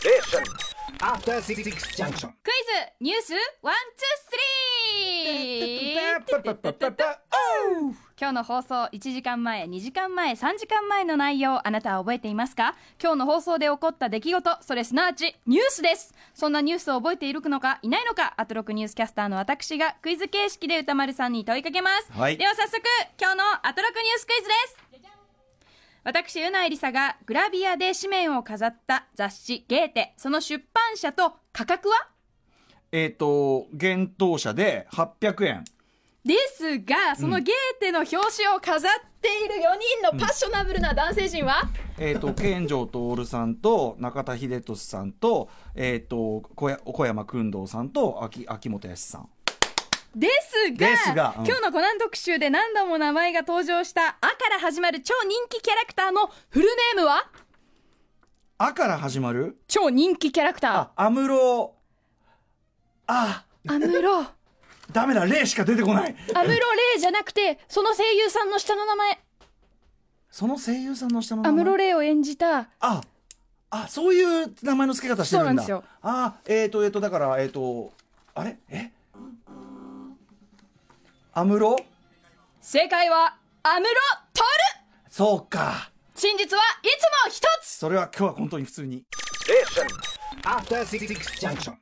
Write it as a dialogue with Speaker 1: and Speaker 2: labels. Speaker 1: junction. After
Speaker 2: ク
Speaker 1: six, six junction.
Speaker 2: イズニュースワンツースリー
Speaker 1: Oh!
Speaker 2: 今日の放送1時間前2時間前3時間前の内容あなたは覚えていますか今日の放送で起こった出来事それすなわちニュースですそんなニュースを覚えているのかいないのかアトロクニュースキャスターの私がクイズ形式で歌丸さんに問いかけます、
Speaker 3: はい
Speaker 2: では早速今日のアトロクニュースクイズです私、うなえりさがグラビアで紙面を飾った雑誌ゲーテ、その出版社と価格は
Speaker 3: えっ、と、厳冬者で800円。
Speaker 2: ですが、そのゲーテの表紙を飾っている4人のパッショナブルな男性陣は、
Speaker 3: えっ、と、健城徹さんと、中田秀俊さんと、えっ、と、小や小山君堂さんと、秋秋元康さん。
Speaker 2: ですが
Speaker 3: ですがうん
Speaker 2: 今日のコナン特集で何度も名前が登場した「あ」から始まる超人気キャラクターのフルネームは
Speaker 3: あから始まる
Speaker 2: 超人気キャラクタ
Speaker 3: あ、安室。あ、
Speaker 2: ーアム ロ
Speaker 3: ダメだ、例しか出てこない。
Speaker 2: アムロレイじゃなくてその声優さんの下の名前
Speaker 3: その声優さんの下の名
Speaker 2: ア
Speaker 3: 前
Speaker 2: ムロレイを演じた
Speaker 3: ああそういう名前の付け方してるんだ
Speaker 2: そうなんですよ
Speaker 3: あえっ、ー、とえっ、とだからえっ、とあれえ安室
Speaker 2: 正解はアムロトール
Speaker 3: そうか
Speaker 2: 真実はいつも一つ
Speaker 3: それは今日は本当に普通に
Speaker 1: Station. After six, six junction.